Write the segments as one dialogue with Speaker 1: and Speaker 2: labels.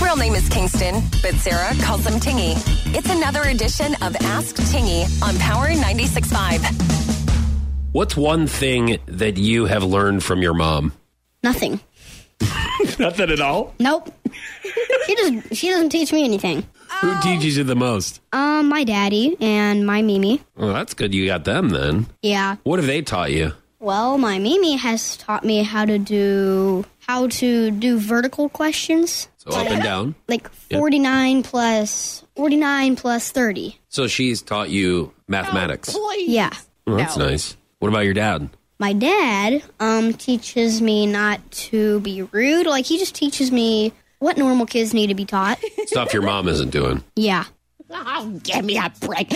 Speaker 1: real name is Kingston, but Sarah calls him Tingy. It's another edition of Ask Tingy on Power 96.5.
Speaker 2: What's one thing that you have learned from your mom?
Speaker 3: Nothing.
Speaker 2: Nothing at all.
Speaker 3: Nope. she doesn't. She doesn't teach me anything.
Speaker 2: Who teaches you the most?
Speaker 3: Um, my daddy and my Mimi.
Speaker 2: Well, that's good. You got them then.
Speaker 3: Yeah.
Speaker 2: What have they taught you?
Speaker 3: Well, my Mimi has taught me how to do how to do vertical questions,
Speaker 2: So up and down.
Speaker 3: like forty nine plus forty nine plus thirty.
Speaker 2: So she's taught you mathematics.
Speaker 3: Yeah.
Speaker 2: Well, that's nice. What about your dad?
Speaker 3: My dad um teaches me not to be rude. Like he just teaches me what normal kids need to be taught.
Speaker 2: Stuff your mom isn't doing.
Speaker 3: yeah.
Speaker 4: Oh, give me a break.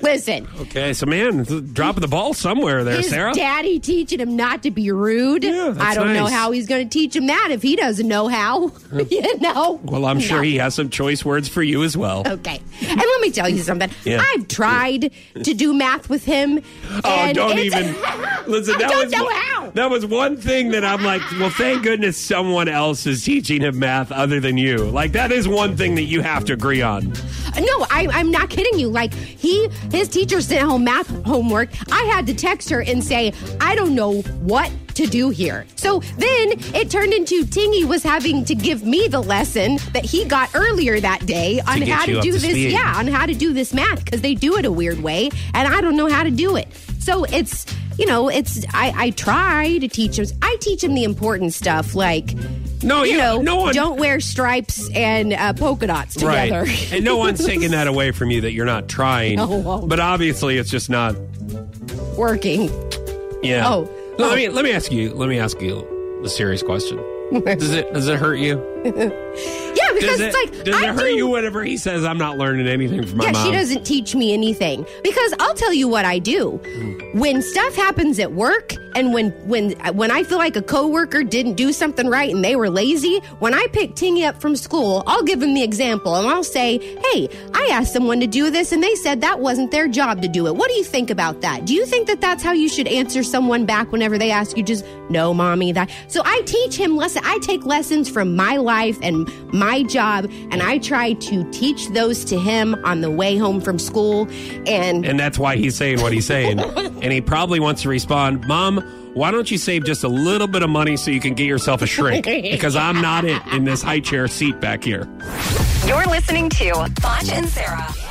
Speaker 4: Listen,
Speaker 2: Okay, so man, dropping the ball somewhere there,
Speaker 4: his daddy teaching him not to be rude.
Speaker 2: Yeah, that's
Speaker 4: I don't know
Speaker 2: nice.
Speaker 4: how he's going to teach him that if he doesn't know how. you know?
Speaker 2: Well, I'm sure he has some choice words for you as well.
Speaker 4: Okay. And let me tell you something.
Speaker 2: Yeah.
Speaker 4: I've tried to do math with him.
Speaker 2: Oh,
Speaker 4: and
Speaker 2: don't
Speaker 4: it's-
Speaker 2: even listen.
Speaker 4: I
Speaker 2: That
Speaker 4: don't
Speaker 2: was
Speaker 4: know
Speaker 2: one-
Speaker 4: how.
Speaker 2: That was one thing that I'm like. Well, thank goodness someone else is teaching him math other than you. Like that is one thing that you have to agree on.
Speaker 4: No, I, I'm not kidding you. Like he, his teacher sent home math homework. I had to text her and say, I don't know what to do here. So then it turned into Tingy was having to give me the lesson that he got earlier that day on
Speaker 2: get
Speaker 4: how
Speaker 2: you
Speaker 4: to
Speaker 2: up
Speaker 4: do
Speaker 2: to
Speaker 4: this.
Speaker 2: speed.
Speaker 4: Yeah, on how to do this math because they do it a weird way, and I don't know how to do it. So it's. You know, it's I, I try to teach him. I teach him the important stuff, like
Speaker 2: No,
Speaker 4: you
Speaker 2: you-
Speaker 4: know,
Speaker 2: no one-
Speaker 4: don't wear stripes and uh, polka dots together.
Speaker 2: Right. and no one's taking that away from you that you're not trying.
Speaker 4: No.
Speaker 2: But obviously, it's just not.
Speaker 4: working.
Speaker 2: Yeah.
Speaker 4: Oh.
Speaker 2: No, Let me let me ask you. Let me ask you a serious question. Does it does it hurt you?
Speaker 4: Yeah, because
Speaker 2: Does it,
Speaker 4: it's like
Speaker 2: does
Speaker 4: I
Speaker 2: it hurt
Speaker 4: do-
Speaker 2: you whenever he says I'm not learning anything from my
Speaker 4: Yeah,
Speaker 2: mom?
Speaker 4: she doesn't teach me anything because I'll tell you what I do.
Speaker 2: Hmm.
Speaker 4: When stuff happens at work, and when when when I feel like a coworker didn't do something right and they were lazy, when I pick Tingy up from school, I'll give him the example and I'll say, "Hey, I asked someone to do this, and they said that wasn't their job to do it. What do you think about that? Do you think that that's how you should answer someone back whenever they ask you? Just no, mommy. That so I teach him lesson. I take lessons from my life and my job, and I try to teach those to him on the way home from school. And
Speaker 2: and that's why he's saying what he's saying. and he probably wants to respond, Mom, why don't you save just a little bit of money so you can get yourself a shrink? Because I'm not it in this high chair seat back here.
Speaker 1: You're listening to Foch and Sarah.